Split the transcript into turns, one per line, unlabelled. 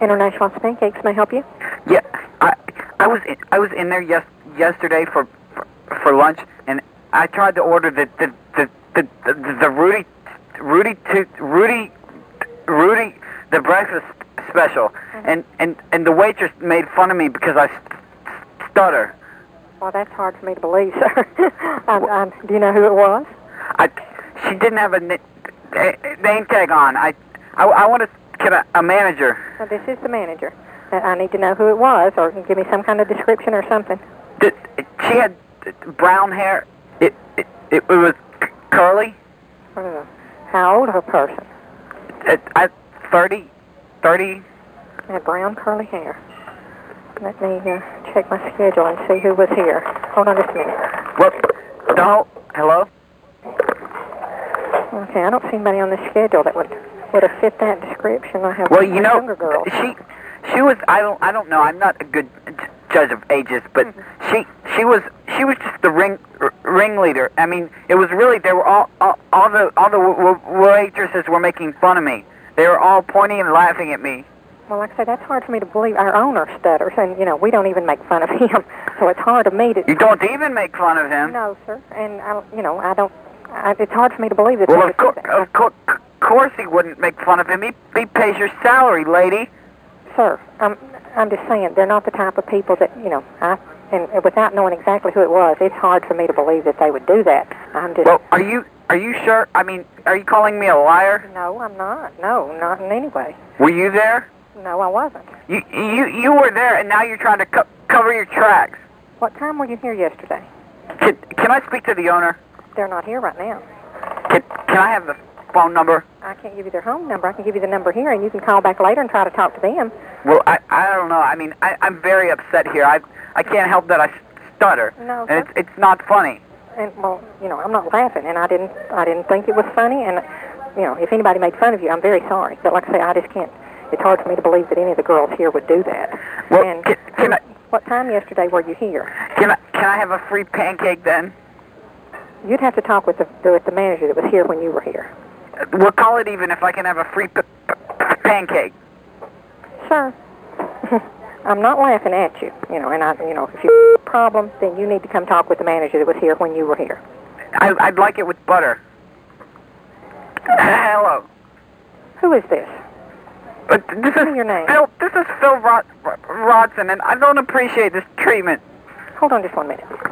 International Bank, Eggs, may I help you?
Yeah, I I was in, I was in there yes yesterday for, for for lunch, and I tried to order the the the the, the, the Rudy Rudy to Rudy Rudy the breakfast special, and and and the waitress made fun of me because I st- stutter.
Well, Oh, that's hard for me to believe, sir. um, um, do you know who it was?
I she didn't have a, ni- a- a name tag on. I I, I want to get a, a manager.
Well, this is the manager. Uh, I need to know who it was, or give me some kind of description or something.
Th- She had brown hair. It it, it was curly.
Uh, How old of a person?
At, at 30, 30,
And had brown curly hair. Let me uh, check my schedule and see who was here. Hold on just a minute.
what? No, hello?
Okay, I don't see anybody on the schedule that would would have fit that description. I have
Well, you know,
younger girls.
she she was. I don't I don't know. I'm not a good j- judge of ages, but
Mm-hmm.
she she was she was just the ring r- ringleader. I mean, it was really they were all all, all the all the w- w- waitresses were making fun of me. They were all pointing and laughing at me.
Well, like I said, that's hard for me to believe. Our owner stutters, and you know we don't even make fun of him, so it's hard to me to.
You don't even make fun of him.
No, sir, and I, don't- you know I don't. I, it's hard for me to believe that.
Well,
they
of,
would
cour
do that.
of cour- course he wouldn't make fun of him. He, he pays your salary, lady.
Sir, I'm I'm just saying they're not the type of people that you know. I and without knowing exactly who it was, it's hard for me to believe that they would do that. I'm just.
Well, are you are you sure? I mean, are you calling me a liar?
no, I'm not. No, not in any way.
Were you there?
No, I wasn't.
You you you were there, and now you're trying to co- cover your tracks.
What time were you here yesterday?
Can, can I speak to the owner?
They're not here right now.
Can, can I have the phone number?
I can't give you their home number. I can give you the number here, and you can call back later and try to talk to them.
Well, I I don't know. I mean, I I'm very upset here. I I can't help that I stutter,
No,
and it's it's not funny.
And well, you know, I'm not laughing, and I didn't, I didn't think it was funny. And you know, if anybody made fun of you, I'm very sorry. But like I say, I just can't. It's hard for me to believe that any of the girls here would do that.
Well,
and
can, can I
what time yesterday were you here?
can I can I have a free pancake then?
You'd have to talk with the with the manager that was here when you were here.
We'll call it even if I can have a free p- p- pancake.
Sir, I'm not laughing at you. You know, and I, you know, if you have a problem, then you need to come talk with the manager that was here when you were here.
I, I'd like it with butter. Hello.
Who is this?
But this
Give
is
me your name.
Phil. This is Phil Rod, Rodson, and I don't appreciate this treatment.
Hold on just one minute.